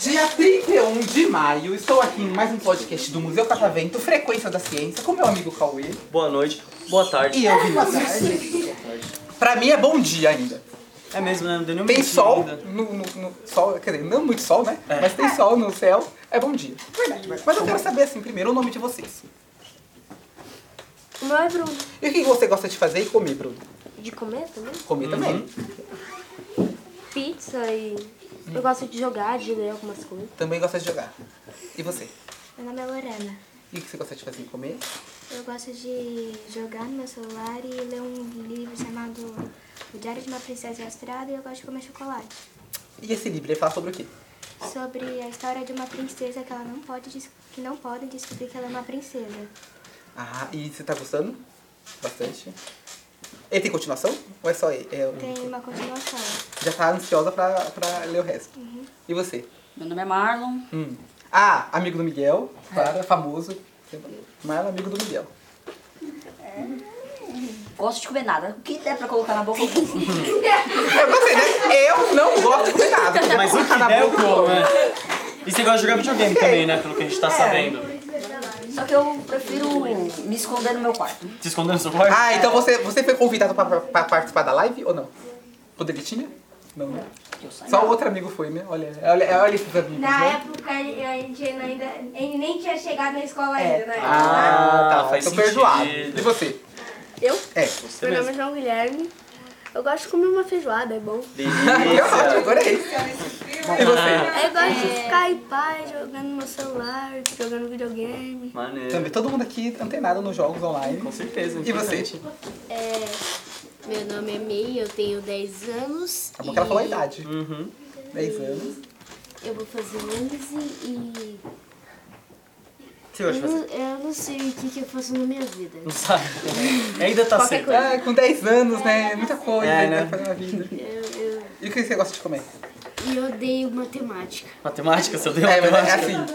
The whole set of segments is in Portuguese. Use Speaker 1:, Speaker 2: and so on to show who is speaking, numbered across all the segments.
Speaker 1: Dia 31 de maio, estou aqui em mais um podcast do Museu Catavento, Frequência da Ciência, com meu amigo Cauê.
Speaker 2: Boa noite, boa tarde.
Speaker 1: E eu, Vinícius. pra mim é bom dia ainda.
Speaker 2: É mesmo, né? Não deu nenhum
Speaker 1: Tem
Speaker 2: minutinho
Speaker 1: sol
Speaker 2: ainda.
Speaker 1: no, no- no- sol, quer dizer, não muito sol, né? Mas tem sol no céu, é bom dia. Verdade, verdade. Mas eu quero saber assim primeiro o nome de vocês.
Speaker 3: O meu é Bruno.
Speaker 1: E o que você gosta de fazer e comer, Bruno?
Speaker 3: De comer também?
Speaker 1: Comer também.
Speaker 3: Pizza e. Eu gosto de jogar, de ler algumas coisas.
Speaker 1: Também gosta de jogar. E você?
Speaker 4: Meu nome é Lorena.
Speaker 1: E o que você gosta de fazer e comer?
Speaker 4: Eu gosto de jogar no meu celular e ler um livro chamado O Diário de uma Princesa Ilustrada e eu gosto de comer chocolate.
Speaker 1: E esse livro, ele fala sobre o quê?
Speaker 4: Sobre a história de uma princesa que ela não pode des- que não podem descobrir que ela é uma princesa.
Speaker 1: Ah, e você tá gostando? Bastante. Ele tem continuação? Ou é só ele? É um-
Speaker 4: Tem uma continuação.
Speaker 1: Já tá ansiosa pra, pra ler o resto. E você?
Speaker 5: Meu nome é Marlon.
Speaker 1: Hum. Ah, amigo do Miguel. Claro, é famoso. Maior amigo do Miguel.
Speaker 5: Gosto de comer nada. O que der pra colocar na boca? eu como.
Speaker 1: Eu gostei, né? Eu não gosto de comer nada.
Speaker 2: Mas o que
Speaker 1: Na
Speaker 2: der eu
Speaker 1: boca,
Speaker 2: como, né? E você gosta de jogar videogame também, né? Pelo que a
Speaker 1: É.
Speaker 2: gente tá sabendo.
Speaker 5: Só que eu prefiro me esconder no meu quarto.
Speaker 2: Se escondendo no seu quarto?
Speaker 1: Ah, então você, você foi convidado pra, pra- pra participar da live ou não? Quando ele tinha? Não, né?
Speaker 5: Eu saio.
Speaker 1: Só outro amigo foi, né? Olha, olha, olha esses amigos, né?
Speaker 6: época a gente ainda ele nem tinha chegado na escola
Speaker 1: É,
Speaker 6: ainda, né?
Speaker 2: Ah, tá, faz
Speaker 1: tô
Speaker 2: sentido.
Speaker 1: perdoado. E você?
Speaker 3: Eu?
Speaker 1: É.
Speaker 2: Você mesmo.
Speaker 3: João Guilherme. Eu gosto de comer uma feijoada, é bom.
Speaker 1: Eu ótimo,
Speaker 2: Delícia.
Speaker 1: adorei. E
Speaker 2: Ah.
Speaker 1: você?
Speaker 3: Eu
Speaker 7: é.
Speaker 3: gosto de ficar em paz, jogando no meu celular, jogando videogame.
Speaker 1: Também,
Speaker 2: Maneiro.
Speaker 1: todo mundo aqui antenado nos jogos online.
Speaker 2: Com certeza.
Speaker 1: E você?
Speaker 2: importante.
Speaker 7: É, Meu nome é May, eu tenho 10 anos.
Speaker 1: Tá bom que ela falou a
Speaker 7: e
Speaker 1: idade.
Speaker 2: Uhum.
Speaker 1: 10 anos.
Speaker 7: Eu vou fazer 11 e.
Speaker 2: O que você gosta de
Speaker 7: Eu não,
Speaker 2: fazer?
Speaker 7: eu não sei o que, que eu faço na minha vida.
Speaker 2: Não sabe. Ainda tá cedo.
Speaker 1: Ah, com 10 anos, né? Muita coisa
Speaker 2: É,
Speaker 1: ainda
Speaker 2: né?
Speaker 1: pra fazer na vida.
Speaker 7: Eu, eu,
Speaker 1: E o que você gosta de comer?
Speaker 7: e eu odeio matemática.
Speaker 2: Matemática, você odeia
Speaker 1: É, mas é
Speaker 2: matemática?
Speaker 1: assim.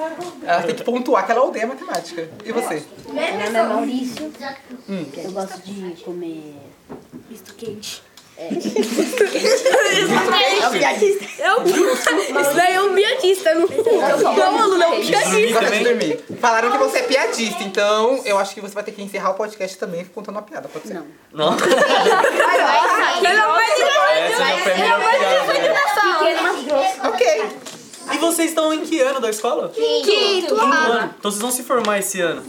Speaker 1: Ela tem que pontuar que ela odeia matemática. E você?
Speaker 5: Meu nome é Maurício. Eu gosto de comer.
Speaker 7: Misto quente.
Speaker 8: É.
Speaker 3: É Isso daí é um biotista, não é um aluno, é um biotista.
Speaker 1: Gosta de
Speaker 2: também?
Speaker 1: dormir. Falaram que você é piadista, então eu acho que você vai ter que encerrar o podcast também contando uma piada, pode ser?
Speaker 5: Não.
Speaker 2: Não? Essa já foi a melhor piada, né?
Speaker 1: Ok.
Speaker 2: E vocês estão em que ano da escola?
Speaker 3: Quinto,
Speaker 2: Um
Speaker 1: Ah.
Speaker 2: ano. Então vocês vão se formar esse ano.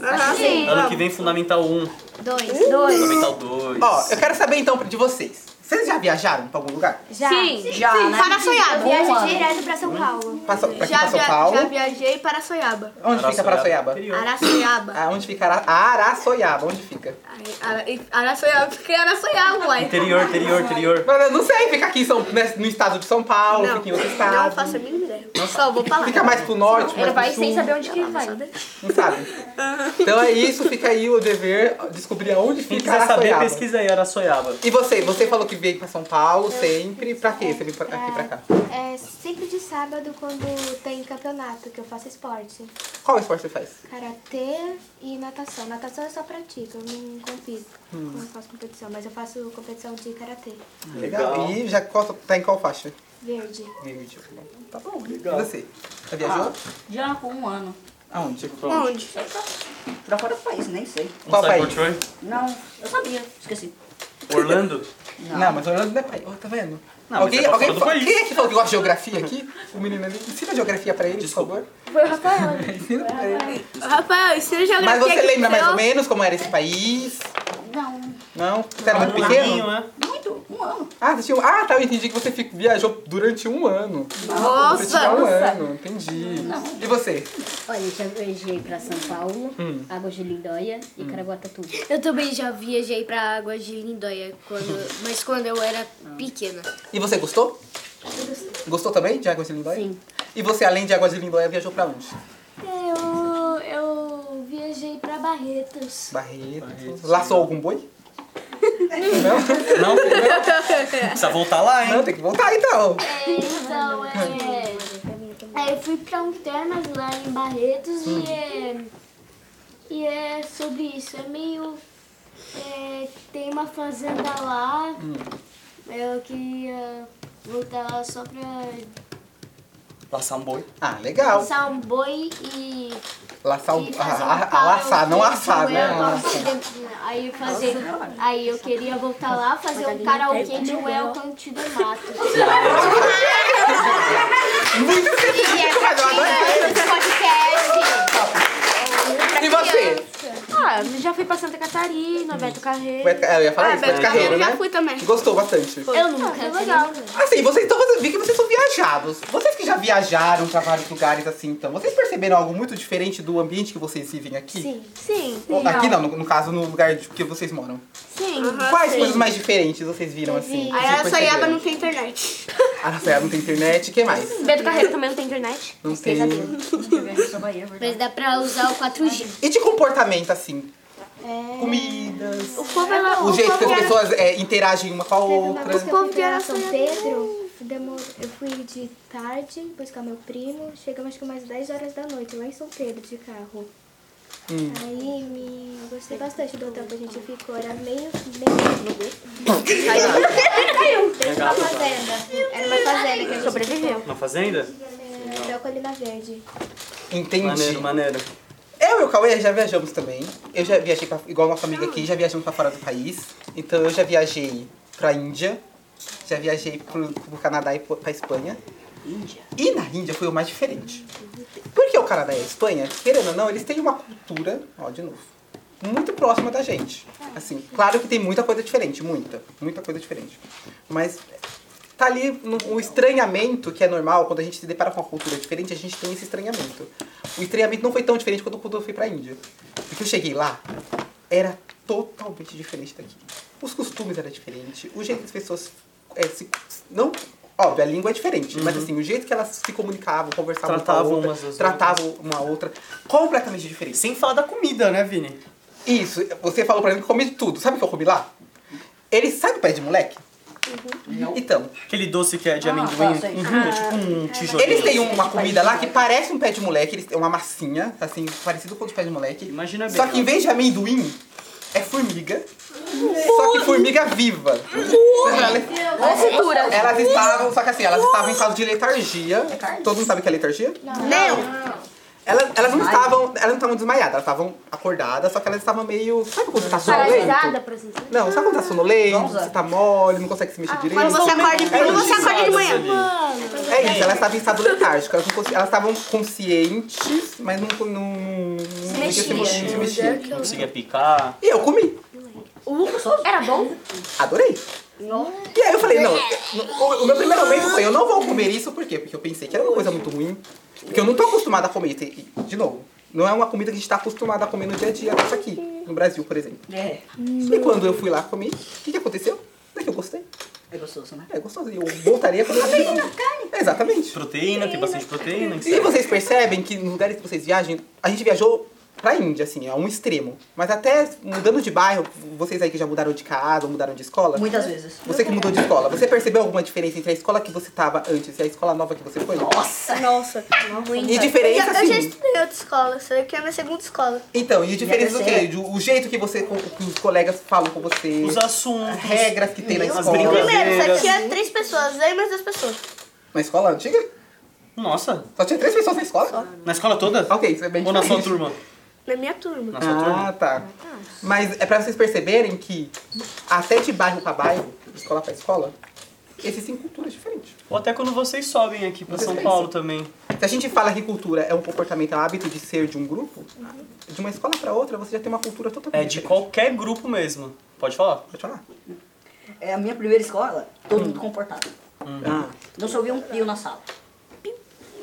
Speaker 2: Ano que vem, Fundamental 1.
Speaker 7: Dois.
Speaker 2: Fundamental 2.
Speaker 1: Ó, eu quero saber então de vocês. Vocês já viajaram pra algum lugar?
Speaker 5: Já. Sim, já. Sim, né?
Speaker 3: para
Speaker 4: Eu viajo direto pra São Paulo.
Speaker 1: Passou, pra aqui pra São Paulo?
Speaker 3: viajei para Soiaba.
Speaker 1: Onde fica Araçoiaba?
Speaker 3: Araçoiaba.
Speaker 1: Ah, onde fica Ara- Araçoiaba? Onde fica?
Speaker 3: Araçoiaba, fiquei Araçoiaba, uai.
Speaker 2: Interior, interior, interior.
Speaker 1: Mas eu não sei, fica aqui em São- né, no estado de São Paulo,
Speaker 3: Não,
Speaker 1: fica em outro
Speaker 3: não
Speaker 1: estado.
Speaker 3: faço a mínima ideia. Só vou pra lá.
Speaker 1: Fica mais pro norte, mais
Speaker 5: Ele vai
Speaker 1: pro sul,
Speaker 5: sem saber onde que ele vai.
Speaker 1: não sabe? Então é isso, fica aí o dever, descobrir aonde
Speaker 2: Quem
Speaker 1: fica
Speaker 2: quiser saber,
Speaker 1: Araçoiaba.
Speaker 2: pesquisa aí, Araçoiaba.
Speaker 1: E você, você falou que veio pra São Paulo sempre, pra quê? Você veio pra, aqui pra cá?
Speaker 4: É sempre de sábado quando tem campeonato, que eu faço esporte.
Speaker 1: Qual esporte você faz?
Speaker 4: Karatê e natação. Natação eu só pratico, eu não compito. Não faço competição, mas eu faço competição de karatê.
Speaker 2: Legal.
Speaker 1: E já qual- tá em qual faixa?
Speaker 4: Verde.
Speaker 1: Verde. Tá bom, legal. E você? Já viajou?
Speaker 5: Ah, Já com um ano.
Speaker 1: Aonde?
Speaker 3: Onde?
Speaker 5: Pra fora do país, nem sei.
Speaker 2: Não
Speaker 1: Qual
Speaker 2: sabe
Speaker 1: país?
Speaker 2: pra onde
Speaker 5: Não, eu sabia. Esqueci.
Speaker 2: foi? Orlando?
Speaker 1: Não, mas Orlando não é país. Ó, tá vendo?
Speaker 2: Não, mas
Speaker 1: alguém,
Speaker 2: é pra
Speaker 1: alguém
Speaker 2: fora do
Speaker 1: fa-
Speaker 2: país.
Speaker 1: Quem é que falou que gosta de geografia aqui? O menino ali. Ensina geografia pra ele, por favor.
Speaker 3: Foi o Rafael.
Speaker 1: Ensina pra ele.
Speaker 3: Rafael, ensina geografia.
Speaker 1: Mas você
Speaker 3: aqui,
Speaker 1: lembra mais ou
Speaker 3: entendeu?
Speaker 1: menos como era esse país?
Speaker 5: Não.
Speaker 1: Não? Você era muito
Speaker 2: Um
Speaker 1: Tá pequeno?
Speaker 2: laguinho, né?
Speaker 5: Muito. Um ano.
Speaker 1: Ah, você tinha... um- ah, tá, eu entendi que você fi- viajou durante um ano. Você
Speaker 3: Nossa!
Speaker 1: tinha um
Speaker 7: é.
Speaker 1: ano, entendi. E você?
Speaker 8: Olha, eu já viajei pra São Paulo, Águas de Lindóia e Caraguatatuba.
Speaker 7: Eu também já viajei pra Águas de Lindóia, quando, mas quando eu era
Speaker 8: Ah.
Speaker 7: pequena.
Speaker 1: E você gostou? Gostou também de Águas de Lindóia?
Speaker 8: Sim.
Speaker 1: E você, além de Águas de Lindóia, viajou pra onde?
Speaker 7: Eu, eu viajei pra Barretos.
Speaker 1: Barretos. Laçou algum boi?
Speaker 2: Não? Precisa voltar lá,
Speaker 1: Não,
Speaker 2: hein?
Speaker 1: tem que voltar então.
Speaker 7: Então,
Speaker 3: É,
Speaker 7: é... Aí eu fui pra um termas lá em Barretos e é,
Speaker 3: é sobre isso. É meio. é, tem uma fazenda lá.
Speaker 1: Hum.
Speaker 3: é Eu queria voltar lá só pra
Speaker 2: Laçar um boi.
Speaker 1: Ah, legal.
Speaker 3: passar um boi e.
Speaker 1: Laçar o.
Speaker 3: e
Speaker 1: A,
Speaker 3: fazer um
Speaker 1: a- a
Speaker 3: carro
Speaker 1: laçar, não
Speaker 3: de
Speaker 1: ah, assar, né?
Speaker 3: goela
Speaker 1: Ah,
Speaker 3: com- Aí eu fazer. Aí eu queria voltar lá fazer um karaokê de Welcome to the Mato.
Speaker 1: é
Speaker 3: é
Speaker 1: E você?
Speaker 9: Ah, já fui pra Santa Catarina, Beto Carreiro.
Speaker 1: Beto- é, Eu ia
Speaker 3: Ah,
Speaker 1: falar isso, Beto Carreiro, né?
Speaker 3: também.
Speaker 1: Gostou bastante.
Speaker 9: Eu nunca. legal.
Speaker 1: Assim, vocês estão fazendo. Vi que vocês são viajados. Vocês que já viajaram pra vários lugares assim, então, vocês perceberam algo muito diferente do ambiente que vocês vivem aqui? Sim.
Speaker 9: Sim.
Speaker 1: Aqui não, no, no caso, no lugar de- que vocês moram.
Speaker 9: Sim.
Speaker 1: Quais coisas mais diferentes vocês viram assim? que vocês perceberam?
Speaker 3: tem internet.
Speaker 1: Araçaiaba não tem internet, o que mais?
Speaker 9: Beto Carreiro também não tem internet.
Speaker 1: Não tem.
Speaker 5: é
Speaker 7: Mas dá pra usar o 4G.
Speaker 1: E de comportamento, assim?
Speaker 4: É.
Speaker 1: Comidas.
Speaker 9: O povo é lá.
Speaker 1: O jeito que as pessoas é, interagem uma com a outra.
Speaker 4: Depois que eu fui pra São Pedro, demor- eu fui de tarde buscar meu primo, chegamos acho que umas 10 horas da noite lá em São Pedro de carro.
Speaker 1: Hum.
Speaker 4: Aí me... eu gostei bastante do hotel que a gente ficou, era meio... meio...
Speaker 2: Legal.
Speaker 4: Era uma fazenda que a gente
Speaker 9: Sobreviveu.
Speaker 2: Uma tá fazenda?
Speaker 4: era um hotel com a Lina Verde.
Speaker 1: Entendi.
Speaker 2: Maneiro, maneiro.
Speaker 1: Eu e o Cauê já viajamos também. Eu já viajei pra, igual nossa amiga aqui, já viajamos pra fora do país. Então eu já viajei pra Índia, já viajei pro, pro Canadá e pro- pra Espanha. Índia. E na Índia foi o mais diferente. Porque o Canadá e a Espanha, querendo ou não, eles têm uma cultura, ó, de novo, muito próxima da gente. Assim, claro que tem muita coisa diferente, muita, muita coisa diferente. Mas tá ali no- o estranhamento que é normal quando a gente se depara com uma cultura diferente, a gente tem esse estranhamento. O estranhamento não foi tão diferente quando quando eu fui pra Índia. Porque eu cheguei lá, era totalmente diferente daqui. Os costumes eram diferentes, o jeito que as pessoas é, se. Não, óbvio, a língua é diferente, mas assim, o jeito que elas se comunicavam, conversavam
Speaker 2: Uhum. Tratavam
Speaker 1: com a outra,
Speaker 2: umas às
Speaker 1: tratavam uma outra, completamente diferente.
Speaker 2: Sem falar da comida, né, Vini?
Speaker 1: Isso, você falou pra mim que comi de tudo. Sabe o que eu comi lá? Ele sabe o pé de moleque? Então,
Speaker 2: Aquele doce que é
Speaker 9: Ah,
Speaker 2: de
Speaker 5: tá,
Speaker 2: amendoim.
Speaker 5: sei.
Speaker 2: Uhum, é tipo um tijolinho.
Speaker 1: eles têm uma comida lá que parece um pé de moleque, eles têm uma massinha, assim, parecido com o de pé de moleque.
Speaker 2: Imagina bem. né?
Speaker 1: Só que em vez de amendoim, é formiga. Só que formiga viva. é
Speaker 5: É,
Speaker 9: Ou futura.
Speaker 1: Elas estavam, só que assim, elas estavam em estado de letargia. Todo mundo sabe o que é letargia?
Speaker 9: Não.
Speaker 1: Elas, elas não estavam, elas não estavam desmaiadas, elas estavam acordadas, só que elas estavam meio, sabe quando você tá sonolento?
Speaker 9: Paralisada, por assim dizer.
Speaker 1: Não, sabe quando tá sonolento,
Speaker 5: Zonza.
Speaker 1: você tá mole, não consegue se mexer direito?
Speaker 9: Quando você acorda, quando você acorda de manhã.
Speaker 1: É isso, elas estavam em estado letárgico, elas não consci- elas estavam conscientes, mas não, não, não, não conseguiam se mexer. se mexer.
Speaker 2: Não conseguia picar.
Speaker 1: E eu comi,
Speaker 9: Era bom?
Speaker 1: adorei. E aí eu falei, não, o, o meu primeiro momento foi, eu não vou comer isso, por quê? Porque eu pensei que era uma coisa muito ruim, porque eu não tô acostumada a comer isso. E, de novo, não é uma comida que a gente tá acostumada a comer no dia a dia, nossa aqui, no Brasil, por exemplo.
Speaker 5: É,
Speaker 1: E quando eu fui lá comi, o que, que aconteceu? É que eu gostei.
Speaker 5: é gostoso, né?
Speaker 1: É gostoso. E eu voltaria a comer. Exatamente.
Speaker 2: Proteína, tem bastante proteína.
Speaker 1: E vocês percebem que nos lugares que vocês viajam, a gente viajou pra Índia, assim, é um extremo. Mas até mudando de bairro, vocês aí que já mudaram de casa, ou mudaram de escola.
Speaker 5: Muitas vezes.
Speaker 1: Você que mudou de escola, você percebeu alguma diferença entre a escola que você tava antes e a escola nova que você foi?
Speaker 5: Nossa!
Speaker 3: Nossa,
Speaker 1: E diferença,
Speaker 3: Eu já
Speaker 1: assim,
Speaker 3: estudei outra escola, isso daqui é a minha segunda escola.
Speaker 1: Então, e diferença do quê?
Speaker 5: terceira.
Speaker 1: Do- O jeito que você, que os colegas falam com você,
Speaker 2: Os assuntos.
Speaker 1: as regras que tem na
Speaker 2: As
Speaker 1: escola.
Speaker 2: brincadeiras.
Speaker 3: Primeiro, só
Speaker 9: é
Speaker 3: tinha três pessoas, aí mais duas pessoas.
Speaker 1: Na escola antiga?
Speaker 2: Nossa,
Speaker 1: Só tinha três pessoas na escola?
Speaker 2: na escola toda?
Speaker 1: Ok, isso é bem
Speaker 2: Ou na sua
Speaker 1: diferente.
Speaker 2: turma?
Speaker 3: Na minha turma.
Speaker 2: Na sua turma?
Speaker 1: Ah, tá. Mas é pra vocês perceberem que até de bairro pra bairro, de escola pra escola, existem culturas diferentes.
Speaker 2: Ou até quando vocês sobem aqui pra São Paulo também.
Speaker 1: Se a gente fala que cultura é um comportamento, é um hábito de ser de um grupo, de uma escola pra outra você já tem uma cultura totalmente
Speaker 2: É de
Speaker 1: diferente.
Speaker 2: qualquer grupo mesmo. Pode falar.
Speaker 1: Pode falar?
Speaker 5: É a minha primeira escola, todo mundo comportado.
Speaker 1: Ah,
Speaker 5: Não chovia um pio na sala.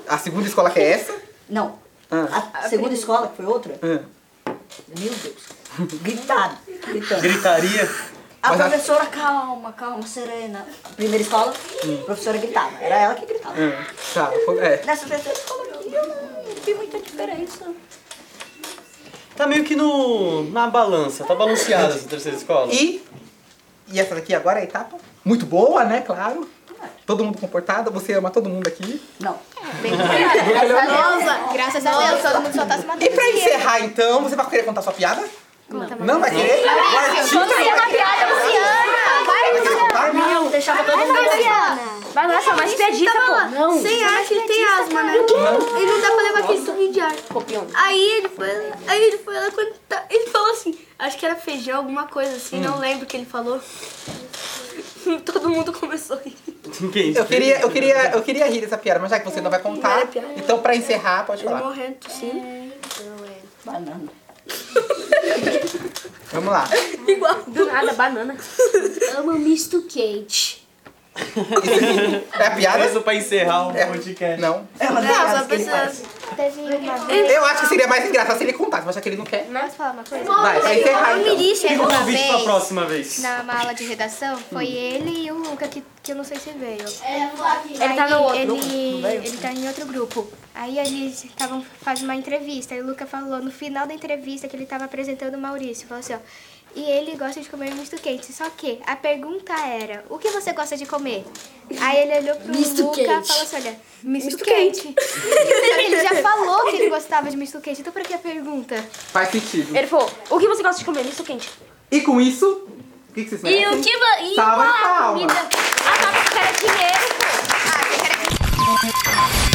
Speaker 1: a segunda escola que é essa?
Speaker 5: Não.
Speaker 1: Ah,
Speaker 5: A, segunda escola, que foi outra,
Speaker 1: ah.
Speaker 5: meu Deus. Gritado. Gritando.
Speaker 2: Gritaria.
Speaker 5: A
Speaker 1: Mas a-
Speaker 5: professora, calma, calma, serena. A primeira escola, a professora gritava. Era ela que gritava.
Speaker 1: Ah, tá, foi- é.
Speaker 5: Nessa é terceira escola aqui, eu não vi muita diferença.
Speaker 2: Tá meio que no. na balança. Tá balanceada essa terceira escola.
Speaker 1: E, e essa daqui agora é a etapa? Muito boa, né? Claro. Todo mundo comportado, você ama todo mundo aqui.
Speaker 5: Não.
Speaker 8: Bem, graças a Deus. Graças a Deus, todo mundo só tá se
Speaker 1: E
Speaker 8: matando.
Speaker 1: pra encerrar, então, você vai querer contar sua piada? Não, vai querer? tá Guardinha,
Speaker 8: Vamos ser uma piada, Luciana! Vai,
Speaker 1: vai querer contar?
Speaker 8: Luciana! Deixava todo mundo
Speaker 9: Vai lá, só mais piadita, pô. Não.
Speaker 6: tá
Speaker 9: é
Speaker 6: Sem ar que ele tem asma, né? Ele não dá pra levar aquele sorriso de ar.
Speaker 8: Copião.
Speaker 6: Aí ele foi, aí ele foi lá quando. tá- Ele falou assim, acho que era feijão, alguma coisa assim, não lembro o que ele falou. Todo mundo começou a rir.
Speaker 2: Quem?
Speaker 1: Eu queria, eu, queria, eu queria rir dessa piada, mas já que você não vai contar, então pra encerrar, pode
Speaker 6: Ele
Speaker 1: falar.
Speaker 6: morrendo, sim.
Speaker 5: Banana.
Speaker 1: Vamos lá.
Speaker 9: Do nada, banana.
Speaker 7: Amo misto quente.
Speaker 1: É a piada?
Speaker 2: Isso pra encerrar o
Speaker 1: É.
Speaker 2: podcast.
Speaker 1: Não.
Speaker 5: Ela
Speaker 6: Não, só
Speaker 5: que ele faz.
Speaker 6: pessoas.
Speaker 4: Teve uma
Speaker 1: Eu acho que seria mais engraçado se ele contasse, mas já que ele não quer.
Speaker 4: Posso falar uma coisa?
Speaker 1: Vai, pra encerrar então.
Speaker 2: Fica o um convite pra tipo, Hum. próxima vez.
Speaker 4: Na uma aula de redação, foi ele e o Luca, que, que eu não sei se veio.
Speaker 9: Ele tá no outro.
Speaker 4: Ele, ele tá em outro grupo. Aí eles estavam fazendo uma entrevista. E o Luca falou no final da entrevista que ele estava apresentando o Maurício. Falou assim, ó. E ele gosta de comer misto quente. Só que a pergunta era, o que você gosta de comer? Aí ele olhou pro Luca e falou assim, olha, misto, quente. Só que ele já falou que ele gostava de misto quente. Então pra que a pergunta?
Speaker 1: Faz sentido.
Speaker 9: Ele falou, o que você gosta de comer? Misto quente.
Speaker 1: E com isso, o que, que vocês merecem?
Speaker 7: o que va- e
Speaker 1: Salva
Speaker 7: qual a
Speaker 1: palma.
Speaker 7: comida?
Speaker 9: Ah, tá, porque era dinheiro.
Speaker 4: Ah, eu quero